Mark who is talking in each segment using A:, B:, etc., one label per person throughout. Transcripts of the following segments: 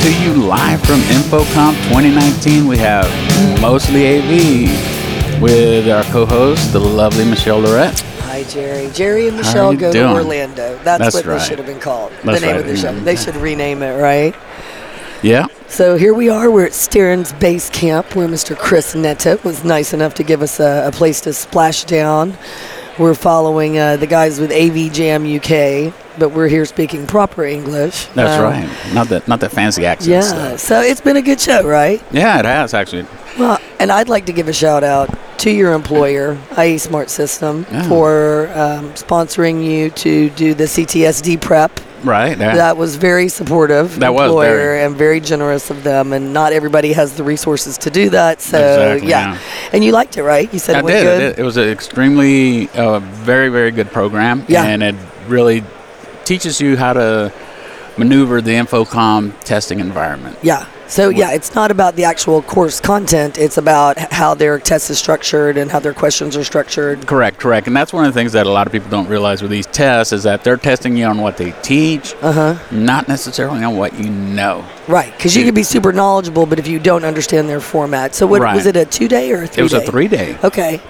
A: to you live from Infocomp 2019. We have Mostly AV with our co-host, the lovely Michelle Lorette.
B: Hi, Jerry. Jerry and
A: How
B: Michelle
A: you
B: go
A: doing?
B: to Orlando. That's,
A: That's
B: what
A: right.
B: they should have been called.
A: That's
B: the name
A: right.
B: of the show.
A: Mhm.
B: They should rename it, right?
A: Yeah,
B: So here we are. We're at Stearns Base Camp, where Mr. Chris Netta was nice enough to give us a, a place to splash down. We're following uh, the guys with AV Jam UK, but we're here speaking proper English.
A: that's
B: Um,
A: right. uh, Not that, not that fancy accent.
B: Yeah.
A: stuff.
B: So it's been a good show, right?
A: yeah, it has actually.
B: Well, and I'd like to give a shout out to your employer, IE Smart System,
A: Yeah.
B: for um, sponsoring you to do the CTSD prep.
A: Right. Yeah.
B: That was very supportive
A: That was
B: employer
A: very.
B: and very generous of them. And not everybody has the resources to do that. So
A: Exactly,
B: yeah.
A: yeah.
B: and you liked it, right? You said
A: I
B: it went
A: did, I
B: good.
A: did. It was an extremely, uh, very, very good program.
B: Yeah.
A: And it really teaches you how to maneuver the Infocom testing environment.
B: Yeah. So yeah, it's not about the actual course content. It's about h- how their test is structured and how their questions are structured.
A: Correct, correct. And that's one of the things that a lot of people don't realize with these tests is that they're testing you on what they teach, uh-huh. not necessarily on what you know.
B: Right, because you could be super knowledgeable, but if you don't understand their format, so what
A: Right.
B: was it a two day or a three?
A: It was a
B: day?
A: three day.
B: Okay.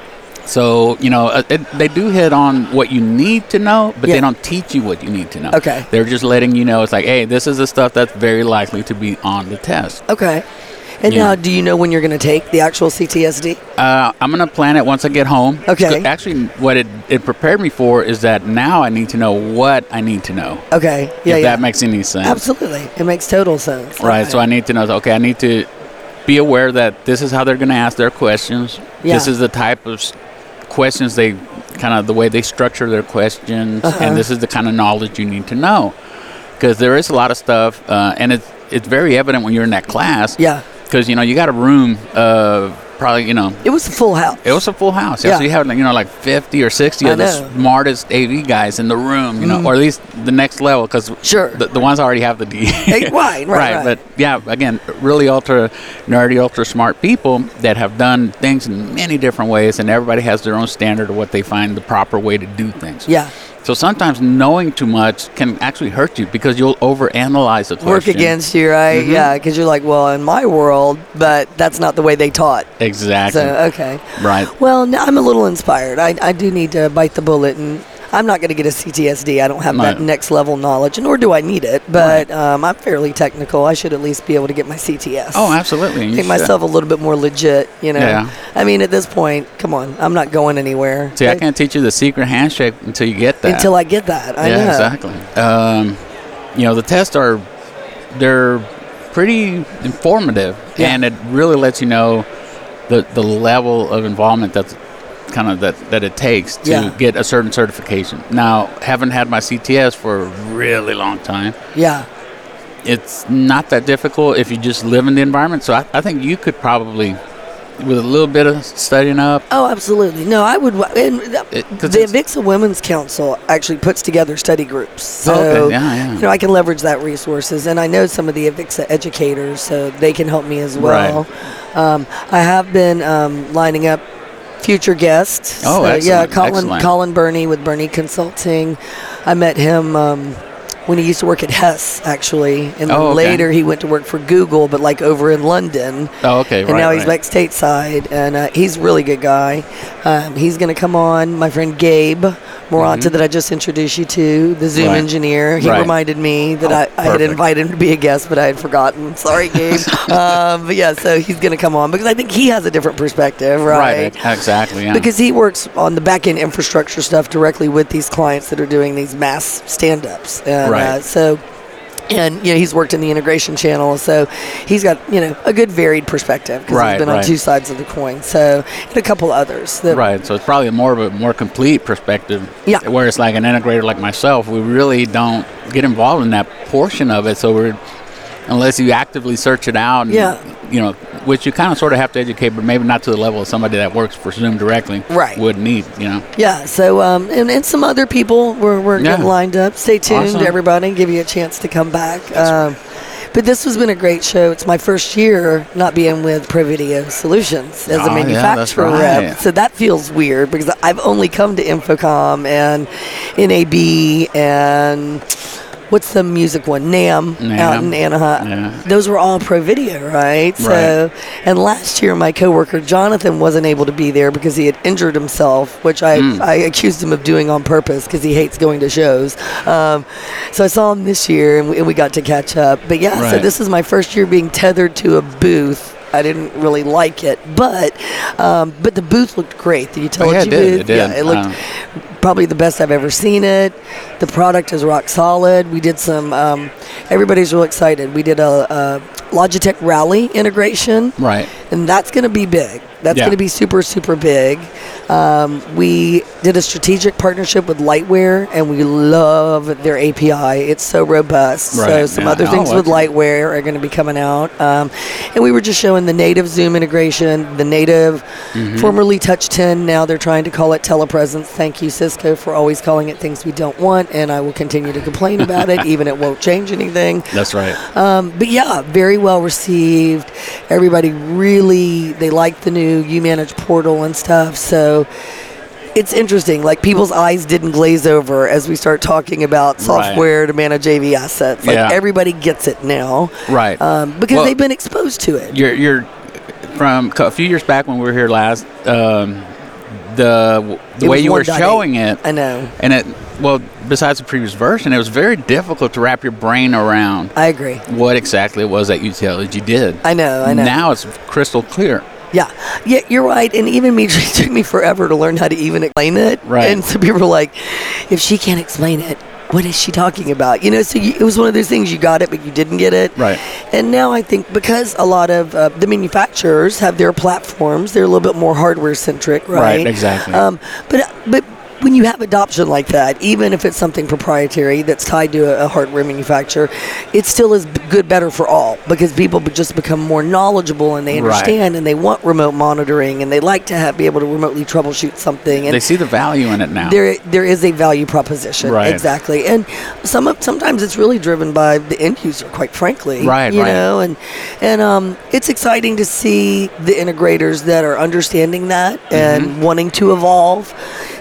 A: So, you know, uh, it, they do hit on what you need to know, but they
B: Yeah.
A: don't teach you what you need to know.
B: Okay.
A: They're just letting you know it's like, hey, this is the stuff that's very likely to be on the test.
B: Okay. And
A: Yeah.
B: now, do you know when you're going to take the actual CTSD?
A: Uh, I'm gonna plan it once I get home.
B: Okay.
A: Actually, what it, it prepared me for is that now I need to know what I need to know.
B: Okay. Yeah.
A: if
B: yeah.
A: that makes any sense.
B: Absolutely. It makes total sense.
A: Right. So I need to know. Okay, I need to be aware that this is how they're gonna ask their questions. This
B: Yeah.
A: is the type of s- questions they kind of the way they structure their questions,
B: Uh-huh.
A: and this is the kind of knowledge you need to know because there is a lot of stuff, uh, and it's it's very evident when you're in that class.
B: Yeah.
A: Because you know you got a room of probably you know
B: It was a full house.
A: it was a full house. Yeah. So
B: Yeah.
A: you had like, you know like fifty or sixty
B: I
A: of the
B: know. Mm-hmm.
A: smartest AV guys in the room, you know, or at least the next level because
B: Sure.
A: the, the ones already have the D.
B: Eh, right, right, right.
A: But yeah, again, really ultra nerdy, ultra smart people that have done things in many different ways, and everybody has their own standard of what they find the proper way to do things.
B: Yeah.
A: So sometimes knowing too much can actually hurt you because you'll overanalyze the question. Mm-hmm.
B: Work against you, right? Yeah, because you're like, well, in my world, but that's not the way they taught.
A: Exactly.
B: So okay.
A: Right.
B: Well, now I'm a little inspired. I, I do need to bite the bullet, and I'm not going to get a CTSD. I don't have
A: Right.
B: that next level knowledge, nor do I need it. But um, I'm fairly technical. I should at least be able to get my CTS.
A: Oh, absolutely. You
B: Make
A: should.
B: myself a little bit more legit, you know.
A: Yeah.
B: I mean, at this point, come on, I'm not going anywhere.
A: See, I
B: Like,
A: can't teach you the secret handshake until you get that.
B: until I get that. I
A: yeah,
B: know.
A: exactly. Um, you know, the tests are they're pretty informative,
B: Yeah.
A: and it really lets you know the the level of involvement that's kind of that that it takes to
B: Yeah.
A: get a certain certification. Now, haven't had my CTS for a really long time.
B: Yeah.
A: It's not that difficult if you just live in the environment. So I, I think you could probably, with a little bit of studying up,
B: Oh, absolutely. No, I would. And
A: It- 'cause
B: the
A: it's-
B: Avixa Women's Council actually puts together study groups. So,
A: Oh, okay. Yeah, yeah.
B: you know, I can leverage that resources. And I know some of the Avixa educators, so they can help me as well. Um, I have been um, lining up future guests.
A: Oh,
B: So, Yeah,
A: excellent,
B: Colin,
A: excellent.
B: Colin Burney with Burney Consulting. I met him. Um, when he used to work at Hess, actually, and then
A: Oh, okay.
B: later he went to work for Google, but like over in London.
A: Oh, okay,
B: And
A: right,
B: now he's
A: right.
B: back stateside, and uh, he's a really good guy. Um, he's going to come on. My friend Gabe Moranta, that I just introduced you to, the Zoom
A: Mm-hmm. Right.
B: engineer, he
A: Right.
B: reminded me that
A: Oh,
B: I, I had
A: perfect.
B: invited him to be a guest, but I had forgotten. Sorry, Gabe. um, but yeah, so he's going to come on because I think he has a different perspective, right?
A: ex- exactly. Yeah.
B: Because he works on the back end infrastructure stuff directly with these clients that are doing these mass stand ups.
A: Right.
B: And, Uh, so, and, you know, he's worked in the integration channel. So he's got, you know, a good varied perspective because
A: Right,
B: he's been
A: right.
B: on two sides of the coin. So, and a couple others. That,
A: Right, so it's probably more of a more complete perspective.
B: Yeah.
A: Where it's like an integrator like myself, we really don't get involved in that portion of it. So we're unless you actively search it out, and,
B: Yeah.
A: You know, which you kind of sort of have to educate, but maybe not to the level of somebody that works for Zoom directly.
B: Right.
A: Would need, you know.
B: Yeah. So, um, and, and some other people were, were
A: Yeah.
B: getting lined up. Stay tuned,
A: Awesome.
B: everybody. Give you a chance to come back. Um, but this has been a great show. It's my first year not being with Provideo Solutions as
A: Oh,
B: a
A: yeah, that's
B: manufacturer
A: right.
B: rep. So that feels weird because I've only come to Infocom and NAB and what's the music one? Nam, out
A: NAMM.
B: in Anaheim.
A: Yeah.
B: Those were all pro video, right? So, and last year my coworker Jonathan wasn't able to be there because he had injured himself, which I,
A: Hmm.
B: I accused him of doing on purpose because he hates going to shows. Um, so I saw him this year and we, and we got to catch up. But yeah, so
A: Right.
B: this is my first year being tethered to a booth. I didn't really like it, but um, but the booth looked great. The utility
A: Oh, yeah, it did,
B: booth,
A: it did.
B: yeah, it looked
A: Um,
B: probably the best I've ever seen it. The product is rock solid. We did some. Um, everybody's real excited. We did a, a Logitech Rally integration,
A: Right.
B: and that's going to be big. That's
A: Yeah.
B: going to be super super big. Um, we did a strategic partnership with Lightware, and we love their API. It's so robust. So
A: Right,
B: some
A: yeah.
B: other
A: Oh,
B: things with
A: okay.
B: Lightware are going to be coming out, um, and we were just showing the native Zoom integration, the native,
A: Mm-hmm.
B: formerly Touch 10. Now they're trying to call it telepresence. Thank you, Cisco, for always calling it things we don't want, and I will continue to complain about it, even it won't change anything.
A: That's right.
B: Um, but yeah, very well received. Everybody really they liked the new You Manage portal and stuff. So it's interesting. Like people's eyes didn't glaze over as we start talking about software to manage AV assets. Like
A: Yeah.
B: everybody gets it now,
A: Right.
B: um, because
A: Well-
B: they've been exposed to it.
A: You're, you're from a few years back when we were here last. Um, the the
B: It
A: way
B: was
A: you were
B: 1.8.
A: showing it,
B: I know.
A: and it well, besides the previous version, it was very difficult to wrap your brain around
B: I agree.
A: what exactly it was that you that you did.
B: I know. I know.
A: Now it's crystal clear.
B: Yeah, yeah, you're right. And even me, it took me forever to learn how to even explain it.
A: Right.
B: And some people were like, if she can't explain it, what is she talking about? You know, so you, it was one of those things you got it, but you didn't get it.
A: Right.
B: And now I think because a lot of uh, the manufacturers have their platforms, they're a little bit more hardware centric, right?
A: Right, exactly.
B: Um, but but when you have adoption like that, even if it's something proprietary that's tied to a, a hardware manufacturer, it still is b- good, better for all because people be- just become more knowledgeable and they
A: Right.
B: understand and they want remote monitoring and they like to have, be able to remotely troubleshoot something. And
A: They see the value in it now.
B: there there is a value proposition
A: Right.
B: exactly and some of, sometimes it's really driven by the end user quite frankly
A: Right,
B: you
A: right.
B: know and and um, it's exciting to see the integrators that are understanding that
A: Mm-hmm.
B: and wanting to evolve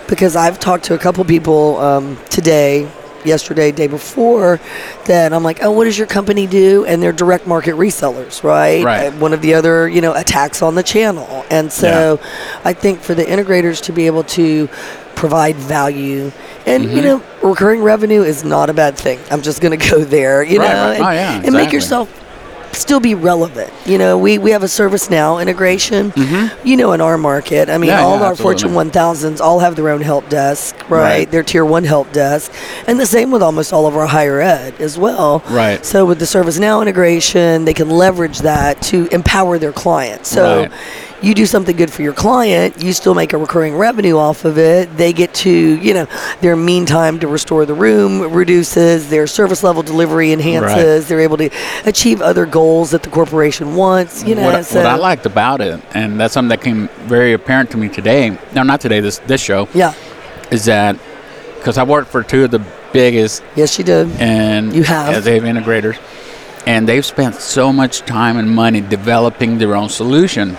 B: because I've talked to a couple people um, today yesterday day before that I'm like oh what does your company do and they're direct market resellers right
A: Right.
B: Uh, one of the other you know attacks on the channel and so
A: Yeah.
B: I think for the integrators to be able to provide value and
A: Mm-hmm.
B: you know recurring revenue is not a bad thing. I'm just going to go there, you
A: Right,
B: know,
A: right.
B: and,
A: Oh, yeah,
B: and make
A: exactly.
B: yourself still be relevant. You know, we we have a ServiceNow integration. You know, in our market, I
A: Mm-hmm.
B: mean,
A: Yeah,
B: all
A: yeah,
B: of our
A: absolutely.
B: Fortune 1000s all have their own help desk, right?
A: Right.
B: Their tier 1 help desk. And the same with almost all of our higher ed as well.
A: Right.
B: So with the ServiceNow integration, they can leverage that to empower their clients. So
A: Right.
B: you do something good for your client, you still make a recurring revenue off of it. They get to, you know, their mean time to restore the room reduces, their service level delivery enhances, they're able to achieve other goals that the corporation wants, you know.
A: what, I-
B: so,
A: what I liked about it, and that's something that came very apparent to me today. No, not today. This this show
B: Yeah.
A: is that because I worked for two of the biggest
B: Yes, you did.
A: and
B: You have.
A: as they have integrators, and they've spent so much time and money developing their own solution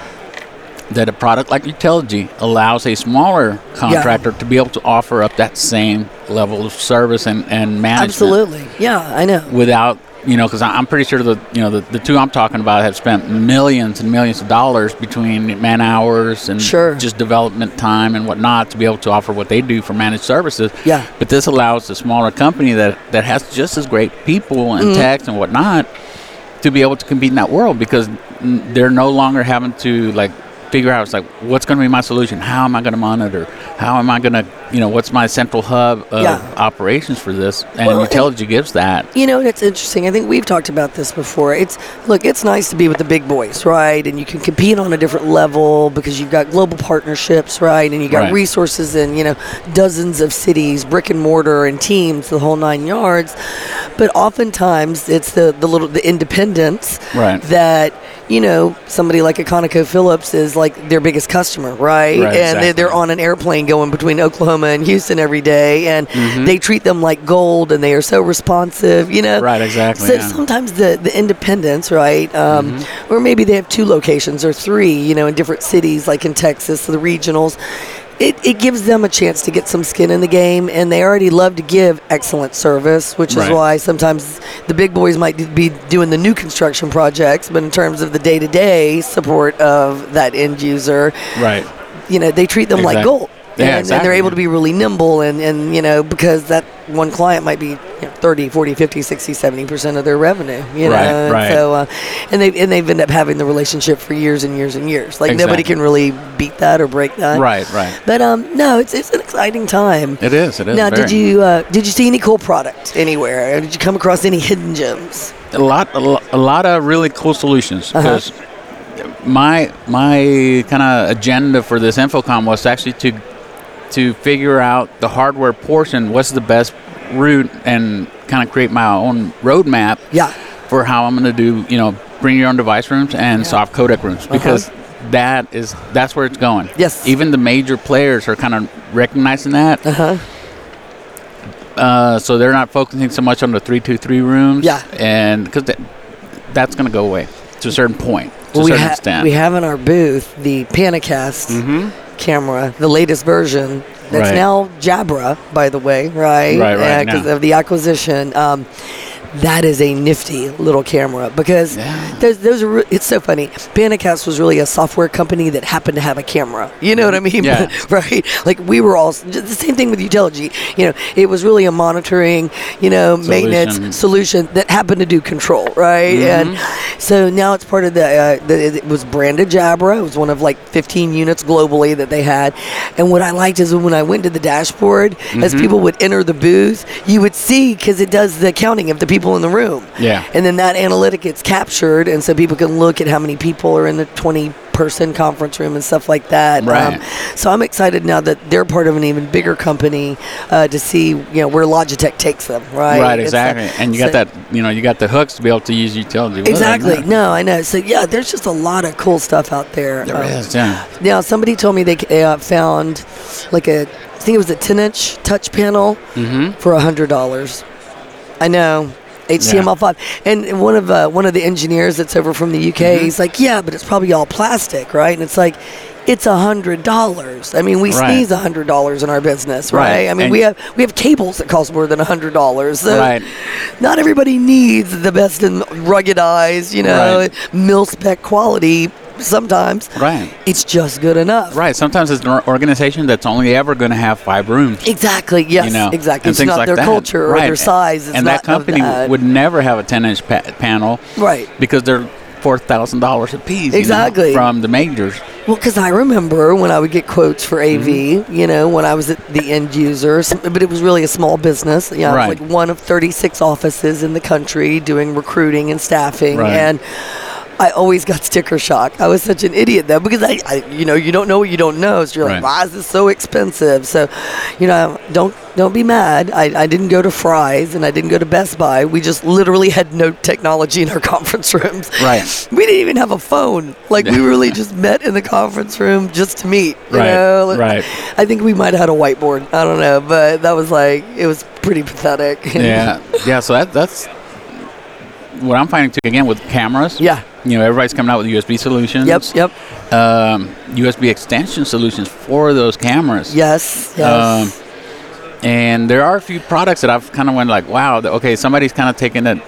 A: that a product like Utility allows a smaller contractor to be able to offer up that same level of service and, and management
B: Absolutely. Yeah, I know.
A: without you know because i'm pretty sure the you know the, the two i'm talking about have spent millions and millions of dollars between man hours and
B: Sure.
A: just development time and whatnot to be able to offer what they do for managed services
B: Yeah.
A: but this allows the smaller company that that has just as great people and
B: Mm-hmm.
A: techs and whatnot to be able to compete in that world because n- they're no longer having to like figure out it's like what's going to be my solution how am i going to monitor how am i going to you know what's my central hub of
B: Yeah.
A: operations for this and
B: Well, and-
A: utility gives that
B: You know, and it's interesting. I think we've talked about this before. It's look, it's nice to be with the big boys, right? And you can compete on a different level because you've got global partnerships, right? And you got
A: Right.
B: resources in, you know, dozens of cities, brick and mortar and teams, the whole nine yards. But oftentimes it's the, the little the independents
A: Right.
B: that, you know, somebody like a ConocoPhillips is like their biggest customer,
A: Right,
B: right? and they're, they're
A: exactly.
B: on an airplane going between Oklahoma and Houston every day, and
A: Mm-hmm.
B: they treat them like gold, and they are so responsive, you know.
A: Right, exactly,
B: So
A: yeah. Mm-hmm.
B: sometimes the the independents, right, um, or maybe they have two locations or three, you know, in different cities, like in Texas, the regionals. it, it gives them a chance to get some skin in the game, and they already love to give excellent service, which is
A: Right.
B: why sometimes the big boys might be doing the new construction projects, but in terms of the day to day support of that end user,
A: Right.
B: you know, they treat them like
A: Exact-
B: gold.
A: Yeah,
B: and, and they're
A: exactly.
B: able to be really nimble and, and you know because that one client might be you know, 30 40 50 60 70% of their revenue you
A: Right,
B: know
A: right.
B: And so uh, and they and they've ended up having the relationship for years and years and years like nobody
A: Exactly.
B: can really beat that or break that
A: Right. Right.
B: but um no it's it's an exciting time
A: It is. It is.
B: now did
A: very.
B: you uh, did you see any cool product anywhere or did you come across any hidden gems
A: a lot a, lo- a lot of really cool solutions
B: Uh-huh.
A: because my my kind of agenda for this infocom was actually to to figure out the hardware portion what's the best route and kind of create my own roadmap
B: yeah
A: for how I'm going to do you know bring your own device rooms and soft codec rooms because that is that's where it's going
B: Uh-huh. Yes.
A: even the major players are kind of recognizing that
B: uh-huh
A: uh, so they're not focusing so much on the three two three rooms.
B: Yeah.
A: and because that, that's going to go away to a certain point, to
B: Well,
A: a
B: we,
A: certain
B: ha-
A: extent.
B: we have in our booth the Panacast camera, the latest version. That's
A: Mm-hmm. Right.
B: now Jabra, by the way, right?
A: Right, right,
B: Because
A: now.
B: of the acquisition. Um, that is a nifty little camera because
A: Yeah.
B: there's, there's a re- it's so funny. Panacast was really a software company that happened to have a camera. You know what I mean?
A: Yeah.
B: right? Like we were all the same thing with Utilogy. You know, it was really a monitoring, you know, maintenance
A: Solution.
B: solution that happened to do control, right?
A: Mm-hmm.
B: And so now it's part of the, uh, the, it was branded Jabra. It was one of like 15 units globally that they had. And what I liked is when I went to the dashboard, as
A: Mm-hmm.
B: people would enter the booth, you would see because it does the counting of the people in the room.
A: Yeah.
B: And then that analytic gets captured, and so people can look at how many people are in the 20 person conference room and stuff like that. Um,
A: Right.
B: so I'm excited now that they're part of an even bigger company uh, to see you know where Logitech takes them. Right.
A: right,
B: It's, uh,
A: exactly. and you
B: so-
A: got that, you know, you got the hooks to be able to use utility. Well,
B: Exactly.
A: like that.
B: No, I know. So yeah, there's just a lot of cool stuff out there. Um,
A: There is, yeah.
B: Now somebody told me they c- uh, found like a I think it was a 10 inch touch panel
A: Mm-hmm.
B: for a hundred dollars. I know. HTML5, and one of uh, one of the engineers that's over from the UK,
A: Mm-hmm.
B: he's like, "Yeah, but it's probably all plastic, right?" And it's like, it's a hundred dollars. I mean, we
A: Right.
B: sneeze a hundred dollars in our business, right?
A: Right.
B: I mean,
A: And-
B: we have we have cables that cost more than a hundred dollars. So
A: Right.
B: Not everybody needs the best in ruggedized, you know,
A: Right.
B: mil spec quality. Sometimes,
A: Right.
B: It's just good enough,
A: Right. Sometimes it's an or- organization that's only ever going to have five rooms.
B: Exactly. Yes.
A: you know,
B: exactly.
A: and
B: It's
A: things
B: not
A: like
B: their
A: that.
B: culture or
A: right.
B: their size. It's
A: and that
B: not
A: company
B: of that.
A: would never have a 10-inch pa- panel,
B: Right.
A: Because they're four thousand dollars a piece, you know,
B: Exactly.
A: from the majors.
B: Well, because I remember when I would get quotes for AV,
A: Mm-hmm.
B: you know, when I was at the end user, s- but it was really a small business. You know, I was
A: Right.
B: like one of 36 offices in the country doing recruiting and staffing.
A: Right.
B: And I always got sticker shock. I was such an idiot, though, because I, I you know, you don't know what you don't know. So you're like,
A: Right.
B: why is this so expensive? So, you know, don't don't be mad. I, I didn't go to Fry's and I didn't go to Best Buy. We just literally had no technology in our conference rooms.
A: Right.
B: We didn't even have a phone. Like we
A: Yeah.
B: really just met in the conference room just to meet. You
A: Right,
B: Know? Like,
A: right.
B: I think we might have had a whiteboard. I don't know, but that was like it was pretty pathetic.
A: yeah, yeah. So that, that's what I'm finding too. Again, with cameras.
B: Yeah.
A: You know, everybody's coming out with USB solutions.
B: yep. Yep.
A: Um, USB extension solutions for those cameras.
B: Yes. Yes.
A: Um, and there are a few products that I've kind of went like, wow, th- okay, somebody's kind of taking it.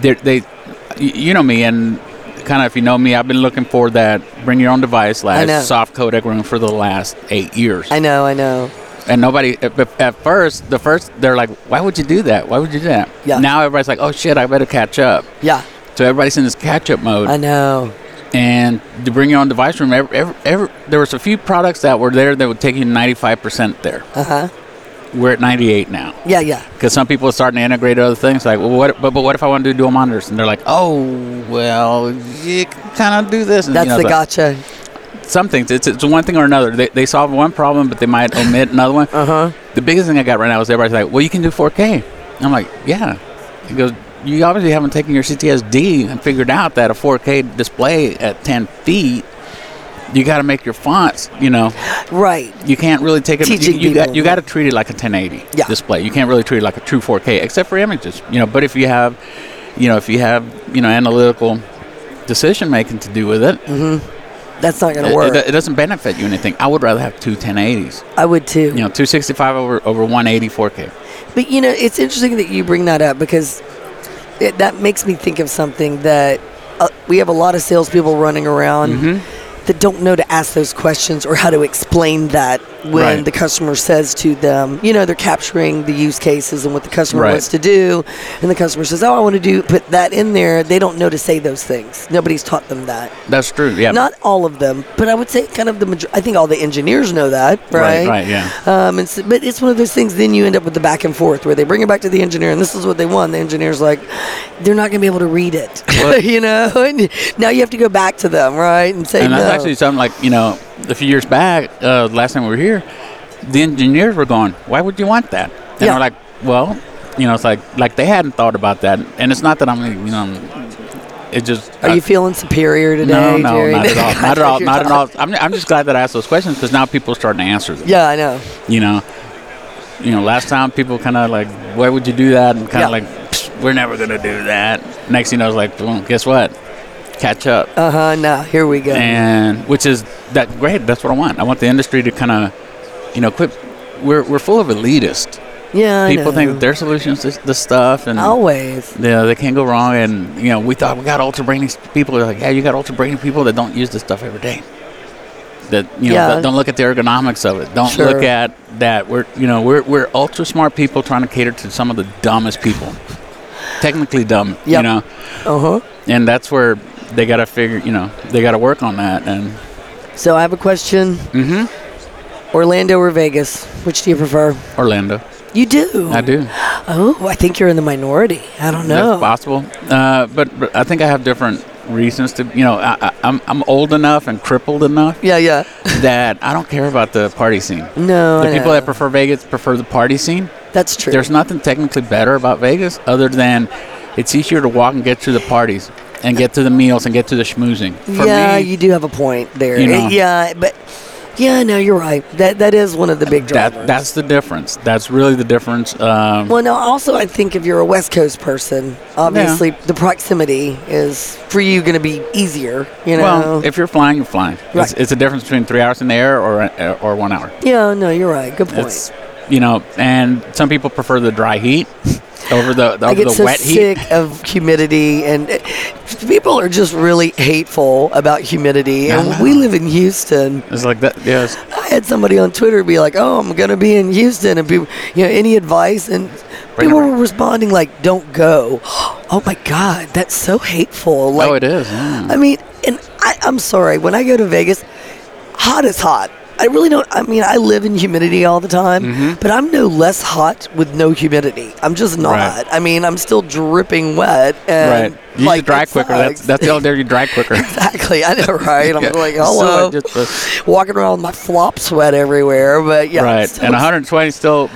A: They, they, y- you know me, and kind of if you know me, I've been looking for that bring your own device,
B: know.
A: last soft codec room for the last eight years.
B: I know. I know.
A: And nobody at, at- at first, the first they're like, "Why would you do that? Why would you do that?"
B: Yeah.
A: Now everybody's like, "Oh shit, I better catch up."
B: Yeah.
A: So everybody's in this catch-up mode,
B: I know.
A: and to bring your own device room, every, every, every, there was a few products that were there that would take you 95% there.
B: Uh huh.
A: We're at 98 now
B: Yeah. Yeah.
A: because some people are starting to integrate other things. Like, well, what? But, but what if I want to do dual monitors? And they're like, "Oh, well, you can kind of do this." And, you
B: That's
A: know,
B: the
A: but
B: gotcha.
A: Some things, it's, it's one thing or another. They, they solve one problem, but they might omit another one.
B: Uh huh.
A: the biggest thing I got right now is everybody's like, "Well, you can do 4K." I'm like, "Yeah." He goes, "You obviously haven't taken your CTSD and figured out that a 4K display at 10 feet, you got to make your fonts. You know,
B: Right.
A: you can't really take it.
B: Teaching
A: you you got
B: people.
A: you got to treat it like a 1080
B: Yeah.
A: display. You can't really treat it like a true 4K, except for images. You know, but if you have,
B: Mm,
A: you know, if you have, you know, analytical decision making to do with it."
B: that's not going to
A: It,
B: work.
A: it, it doesn't benefit you anything. I would rather have two 1080s.
B: I would too.
A: You know, 265 over over 180 4K.
B: But you know, it's interesting that you bring that up because it, that makes me think of something that uh, we have a lot of salespeople running around
A: Mm-hmm.
B: that don't know to ask those questions or how to explain that when
A: Right.
B: the customer says to them, you know, they're capturing the use cases and what the customer
A: Right.
B: wants to do, and the customer says, "Oh, I want to do put that in there." They don't know to say those things. Nobody's taught them that.
A: That's true. Yeah.
B: Not all of them, but I would say kind of the. Major- I think all the engineers know that,
A: right. Right. Yeah.
B: um, and so, but it's one of those things. Then you end up with the back and forth where they bring it back to the engineer, and this is what they want. The engineer's like, they're not going to be able to read it,
A: Well-
B: you know. And now you have to go back to them, right, and say
A: And
B: no.
A: that's actually something like, you know, a few years back, uh, last time we were here, the engineers were going, why would you want that? And
B: Yeah.
A: we're like, well, you know, it's like, like they hadn't thought about that. And it's not that I'm, you know, it just.
B: Are
A: I-
B: you feeling superior today,
A: no, no,
B: Jerry?
A: not at all. Not at all. Not at
B: You're
A: all. I'm, I'm just glad that I asked those questions because now people are starting to answer them.
B: Yeah, I know.
A: You know, you know, last time people kind of like, why would you do that? And kind
B: Yeah.
A: of like, "Psh, we're never going to do that. Next thing I was like, well, guess what? Catch up
B: Uh huh. Now here we go.
A: and which is that great that's what i want i want the industry to kind of you know quit we're, we're full of elitist
B: yeah, I
A: people think
B: know. Oh.
A: that their solutions is the stuff and
B: always.
A: you know, they can't go wrong and you know we thought we got ultra brainy people They're like yeah you got ultra brainy people that don't use this stuff every day that you know
B: Yeah.
A: that don't look at the ergonomics of it don't
B: Sure.
A: look at that we're you know we're, we're ultra smart people trying to cater to some of the dumbest people technically dumb you
B: Yep.
A: know
B: Uh huh.
A: and that's where they got to figure you know they got to work on that and
B: So I have a question.
A: mhm
B: Orlando or Vegas? Which do you prefer?
A: Orlando.
B: You do.
A: I do.
B: Oh, I think you're in the minority. I don't know.
A: That's possible. Uh, but, but I think I have different reasons to, you know, I, I, I'm, I'm old enough and crippled enough
B: yeah, yeah.
A: that I don't care about the party scene.
B: No,
A: The
B: I
A: people
B: know.
A: that prefer Vegas prefer the party scene.
B: that's true.
A: There's nothing technically better about Vegas other than it's easier to walk and get to the parties and get to the meals and get to the schmoozing. For
B: yeah,
A: me,
B: you do have a point there.
A: you
B: It-
A: know.
B: yeah, but yeah, no, you're right. That that is one of the big drivers.
A: that, that's the difference. That's really the difference. Um,
B: well, no. Also, I think if you're a West Coast person, obviously the proximity is for you going to be easier. You know.
A: well, if you're flying, you're flying. It's,
B: Right.
A: it's a difference between three hours in the air or, or one hour.
B: yeah, no, you're right. Good point.
A: It's you know, and some people prefer the dry heat over the, the
B: I
A: over
B: get
A: the
B: so
A: wet
B: sick
A: heat.
B: of humidity, and uh, people are just really hateful about humidity.
A: I
B: And
A: know.
B: we live in Houston.
A: It's like that. Yes,
B: I had somebody on Twitter be like, "Oh, I'm gonna be in Houston," and people, you know, any advice? And
A: Bring
B: people
A: it on.
B: were responding like, "Don't go." Oh my God, that's so hateful. Like,
A: oh, it is. yeah.
B: I mean, and I, I'm sorry. When I go to Vegas, hot is hot. I really don't. I mean, I live in humidity all the time,
A: Mm-hmm.
B: but I'm no less hot with no humidity. I'm just not.
A: Right.
B: I mean, I'm still dripping wet. And
A: right, you
B: like,
A: like, dry
B: it
A: quicker. That's
B: sucks.
A: that's the only there you dry quicker.
B: exactly. I know, right? I'm
A: Yeah.
B: like, "Oh,
A: So
B: hello
A: I just was-
B: walking around with my flop sweat everywhere. But yeah,
A: right,
B: so
A: and
B: it's-
A: 120 still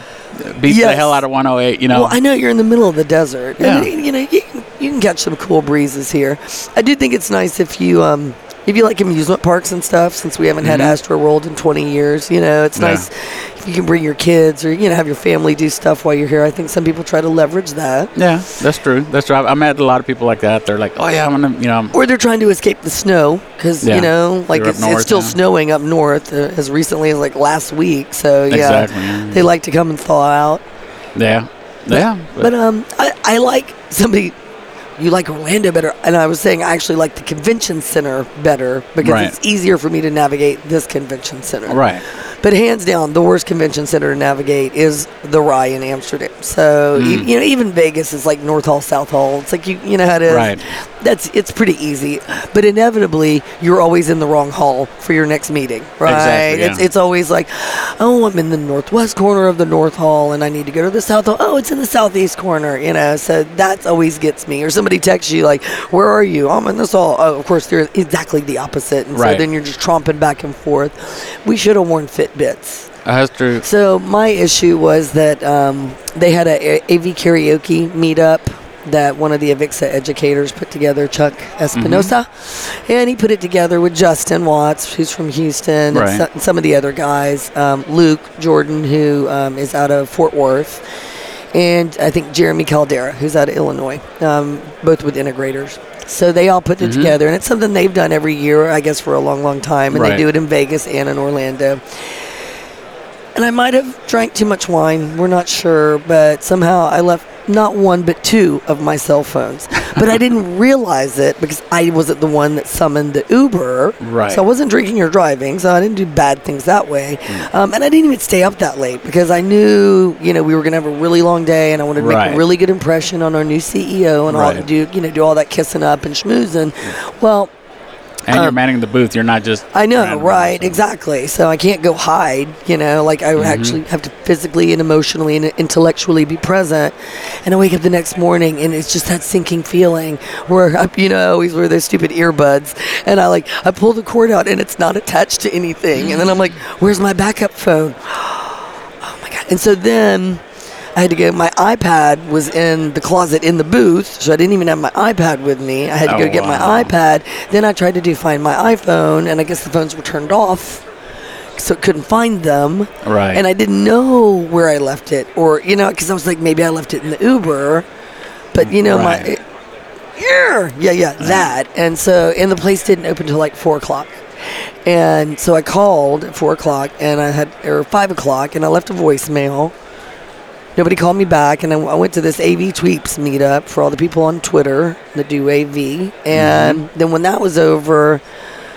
A: beats the
B: Yes.
A: hell out of 108. You know,
B: Well, I know you're in the middle of the desert. And,
A: Yeah.
B: you know, you, can- you can catch some cool breezes here. I do think it's nice if you um if you like amusement parks and stuff. Since we haven't had Astro World in 20 years, you know, it's
A: Mm-hmm. Yeah.
B: nice if you can bring your kids or you know have your family do stuff while you're here. I think some people try to leverage that.
A: yeah, that's true. That's true. I, I met a lot of people like that. They're like, oh yeah, I'm gonna, you know, I'm-
B: Or they're trying to escape the snow because
A: Yeah.
B: you know, like
A: You're up
B: it's,
A: north
B: it's still
A: now.
B: snowing up north uh, as recently as like last week. So yeah,
A: Exactly, yeah.
B: they like to come and thaw out.
A: yeah, yeah.
B: But um, I, I like somebody. You like Orlando better, and I was saying I actually like the convention center better because
A: Right.
B: it's easier for me to navigate this convention center.
A: right,
B: But hands down, the worst convention center to navigate is the Rye in Amsterdam. So
A: Mm.
B: e- you know, even Vegas is like North Hall, South Hall. It's like you you know how it is.
A: Right.
B: That's it's pretty easy, but inevitably you're always in the wrong hall for your next meeting, right?
A: Exactly, yeah.
B: It's it's always like, oh, I'm in the northwest corner of the North Hall, and I need to go to the South Hall. Oh, it's in the southeast corner, you know. So that always gets me. Or somebody texts you like, where are you? I'm in this hall. Oh, of course, they're exactly the opposite, and
A: Right.
B: so then you're just tromping back and forth. We should have worn Fitbits.
A: that's true.
B: So my issue was that um, they had a a- AV karaoke meetup that one of the Avixa educators put together, Chuck Espinosa,
A: Mm-hmm.
B: and he put it together with Justin Watts, who's from Houston,
A: Right.
B: and, so- and some of the other guys, um, Luke Jordan, who um, is out of Fort Worth, and I think Jeremy Caldera, who's out of Illinois, um, both with integrators. So they all put it
A: Mm-hmm.
B: together, and it's something they've done every year, I guess, for a long, long time. And they
A: Right.
B: do it in Vegas and in Orlando. And I might have drank too much wine. We're not sure, but somehow I left not one but two of my cell phones. But I didn't realize it because I wasn't the one that summoned the Uber.
A: Right.
B: So I wasn't drinking or driving, so I didn't do bad things that way.
A: Hmm.
B: Um, and I didn't even stay up that late because I knew, you know, we were going to have a really long day, and I wanted to make
A: Right.
B: a really good impression on our new CEO and all
A: Right. Hmm.
B: do you know do all that kissing up and schmoozing. Well,
A: And you're manning the booth. You're not just.
B: Um, I know,
A: around the
B: right?
A: booth, so-
B: Exactly. So I can't go hide, you know, like I actually have to physically and emotionally and intellectually be present. And I wake up the next morning and it's just that sinking feeling where, I, you know, I always wear those stupid earbuds and I like, I pull the cord out and it's not attached to anything. And then I'm like, where's my backup phone? Oh my God. And so then. I had to go. My iPad was in the closet in the booth, so I didn't even have my iPad with me. I had to
A: Oh,
B: go get
A: wow.
B: my iPad. Then I tried to do find my iPhone, and I guess the phones were turned off, so I couldn't find them.
A: Right.
B: And I didn't know where I left it, or you know, because I was like, maybe I left it in the Uber, but you know,
A: Right.
B: my. Yeah, yeah, yeah, that. And so, and the place didn't open till like four o'clock. And so I called at four o'clock, and I had or five o'clock, and I left a voicemail. Nobody called me back, and I, I went to this AV Tweeps meetup for all the people on Twitter that do AV. And
A: Mm-hmm.
B: then when that was over,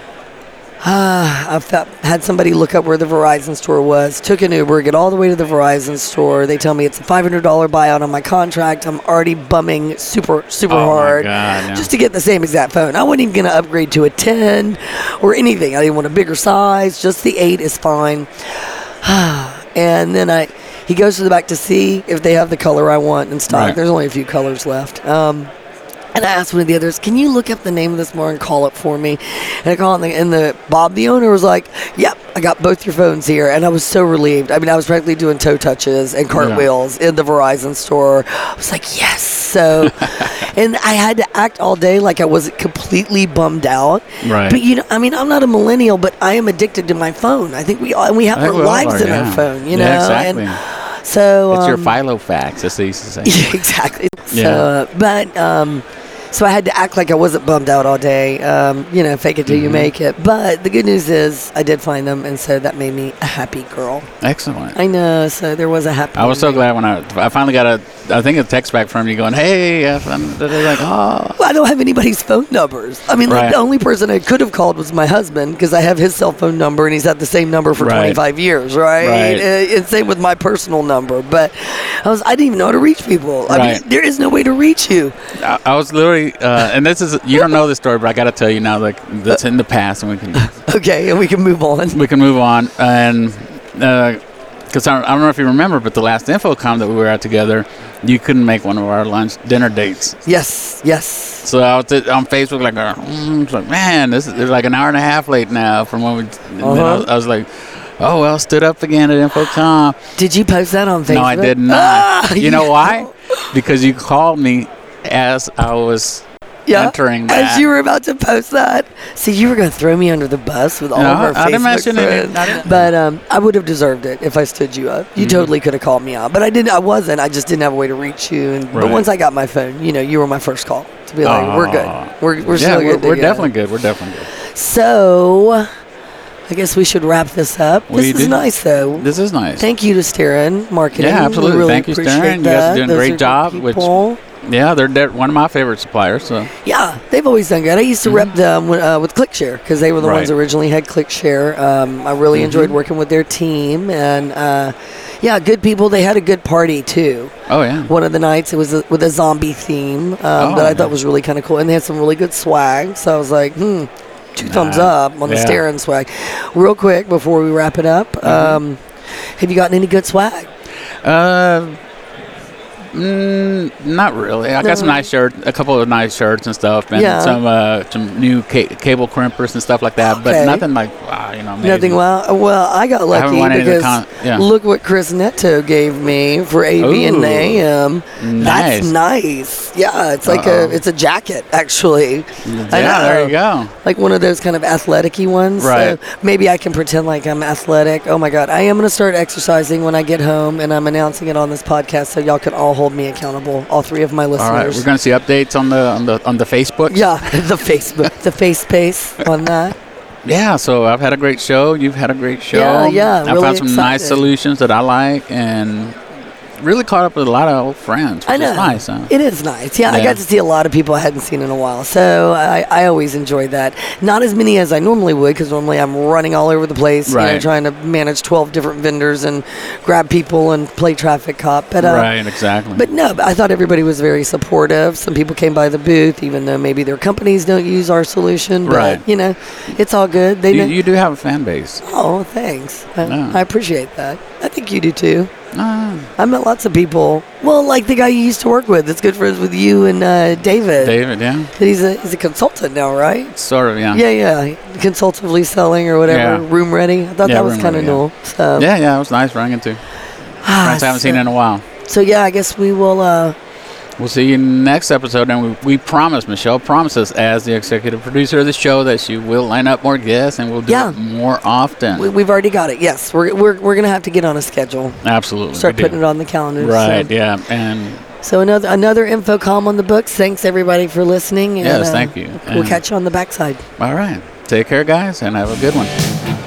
B: I felt, had somebody look up where the Verizon store was, took an Uber, get all the way to the Verizon store. They tell me it's a $500 buyout on my contract. I'm already bumming super, super
A: Oh my
B: hard
A: God, yeah.
B: just to get the same exact phone. I wasn't even going to upgrade to a 10 or anything. I didn't want a bigger size, just the 8 is fine. and then I. He goes to the back to see if they have the color I want in stock.
A: Right.
B: There's only a few colors left. Um, and I asked one of the others, "Can you look up the name of this more and call it for me?" And I called, and the, and the Bob, the owner, was like, "Yep, I got both your phones here," and I was so relieved. I mean, I was practically doing toe touches and cartwheels in the Verizon store. I was like, "Yes!" So, and I had to act all day like I wasn't completely bummed out.
A: Right.
B: But you know, I mean, I'm not a millennial, but I am addicted to my phone. I think we all, and we have
A: I
B: our
A: think we all
B: lives
A: are,
B: in our
A: yeah.
B: phone. You know,
A: Yeah, exactly.
B: and so
A: It's your
B: um,
A: philo facts, as they used to say.
B: yeah, exactly. So,
A: Yeah.
B: uh, but um, so I had to act like I wasn't bummed out all day. Um, you know, fake it till
A: Mm-hmm.
B: you make it. But the good news is I did find them, and so that made me a happy girl.
A: Excellent.
B: I know. So there was a happy.
A: I was so
B: ending.
A: glad when I, I finally got a, I think a text back from you going, hey, I found-" they're like, oh.
B: Well, I don't have anybody's phone numbers. I mean, like
A: Right.
B: the only person I could have called was my husband because I have his cell phone number and he's had the same number for
A: Right.
B: 25 years, right?
A: Right.
B: Uh, and same with my personal number. But I was I didn't even know how to reach people. I mean,
A: Right.
B: there is no way to reach you.
A: I, I was literally, uh, and this is, you don't know this story, but I got to tell you now, like, that's in the past and we can
B: Okay, and we can move on.
A: we can move on and because I, I don't know if you remember but the last infocom that we were at together you couldn't make one of our lunch dinner dates
B: Yes, yes.
A: so i was t- on facebook like, uh, mm, it's like man this is they're like an hour and a half late now from when we and then I,
B: Uh-huh.
A: was, I was like oh well stood up again at infocom
B: Did you post that on Facebook?
A: no i did not
B: Ah,
A: you know why because you called me as i was
B: Yeah.
A: entering that
B: As you were about to post that, see, you were going to throw me under the bus with all
A: No,
B: of our
A: I didn't
B: Facebook
A: mention it. Mm-hmm.
B: friends.
A: I didn't-
B: But um, I would have deserved it if I stood you up. You totally could have called me out, but I didn't. I wasn't. I just didn't have a way to reach you. And, But
A: Right.
B: once I got my phone, you know, you were my first call to be like, "We're
A: Aw.
B: good. We're we're
A: Ah. yeah, we're,
B: still good."
A: we're
B: together."
A: definitely good we're definitely good
B: So, I guess we should wrap this up.
A: We
B: this is
A: did.
B: nice, though.
A: this is nice
B: Thank you to Starin Marketing.
A: Yeah,
B: We
A: absolutely.
B: really
A: Thank you,
B: appreciate
A: Starin. You guys
B: that.
A: are doing a
B: Those
A: great
B: good
A: job, which-
B: people.
A: yeah they're, they're one of my favorite suppliers so
B: Yeah, they've always done good. I used to rep them uh, with ClickShare because they were the ones
A: Mm-hmm. Right. Mm-hmm.
B: that originally had ClickShare. Um, I really enjoyed working with their team, and uh, yeah, good people. They had a good party too.
A: oh yeah
B: One of the nights it was a, with a zombie theme um, that I
A: yeah.
B: thought was really kind of cool, and they had some really good swag. So I was like, hmm, two thumbs
A: Nah,
B: up on the
A: yeah.
B: staring swag. Real quick before we wrap it up,
A: Mm-hmm.
B: um, have you gotten any good swag?
A: Uh, mm, not really. I got some
B: No.
A: nice shirts, a couple of nice shirts and stuff, and
B: Yeah.
A: some uh, some new ca- cable crimpers and stuff like that.
B: Okay.
A: But nothing like wow, you know, amazing.
B: Nothing. Well, well, I got
A: haven't
B: lucky
A: won any of the
B: because
A: con- yeah.
B: look what Chris Neto gave me for AV and
A: Ooh.
B: AM. That's
A: Nice.
B: nice. Yeah, it's like
A: Uh-oh.
B: a it's a jacket actually. I
A: Yeah,
B: know.
A: there you go.
B: Like one of those kind of athletic ones.
A: Right.
B: So maybe I can pretend like I'm athletic. Oh my God, I am going to start exercising when I get home, and I'm announcing it on this podcast so y'all can all hold hold me accountable. All three of my listeners.
A: All right, we're going to see updates on the on the on the Facebook.
B: yeah, the Facebook, the face space on that.
A: Yeah, so I've had a great show. You've had a great show.
B: Yeah, yeah,
A: I
B: really
A: found some nice
B: excited.
A: solutions that I like and really caught up with a lot of old friends. Which
B: I know.
A: Is nice, huh?
B: It is nice. Yeah, I
A: Yeah.
B: got to see a lot of people I hadn't seen in a while. So I, I always enjoy that. Not as many as I normally would because normally I'm running all over the place, you know,
A: Right.
B: trying to manage 12 different vendors and grab people and play traffic cop. But, uh,
A: right, exactly.
B: But no, but I thought everybody was very supportive. Some people came by the booth, even though maybe their companies don't use our solution. But,
A: Right.
B: you know, it's all good. They
A: you,
B: know.
A: you do have a fan base.
B: oh, thanks. I,
A: No.
B: I appreciate that. I think you do too.
A: Ah,
B: I met lots of people. Well, like the guy you used to work with that's good friends with you and uh, David.
A: David, yeah.
B: That He's a, he's a consultant now, right?
A: Sort of, yeah.
B: Yeah, yeah. Consultatively selling or whatever.
A: Yeah.
B: Room ready. I thought
A: Yeah,
B: that was
A: room
B: kind of
A: ready, yeah.
B: new. So,
A: Yeah, yeah, it was nice running into.
B: Oh. Ah,
A: Friends I haven't seen
B: so-
A: in a while.
B: So, yeah, I guess we will. Uh,
A: We'll see you next episode, and we, we promise, Michelle promises, as the executive producer of the show, that she will line up more guests and we'll do
B: Yeah.
A: it more often.
B: we, we've already got it. Yes. We're, we're, we're going to have to get on a schedule.
A: Absolutely. we
B: Start
A: do.
B: putting it on the calendar. so-
A: Right, yeah. And
B: So, another another info column on the books. Thanks, everybody, for listening. And, uh,
A: Yes, thank you.
B: We'll
A: And-
B: catch you on the backside.
A: all right. Take care, guys, and have a good one.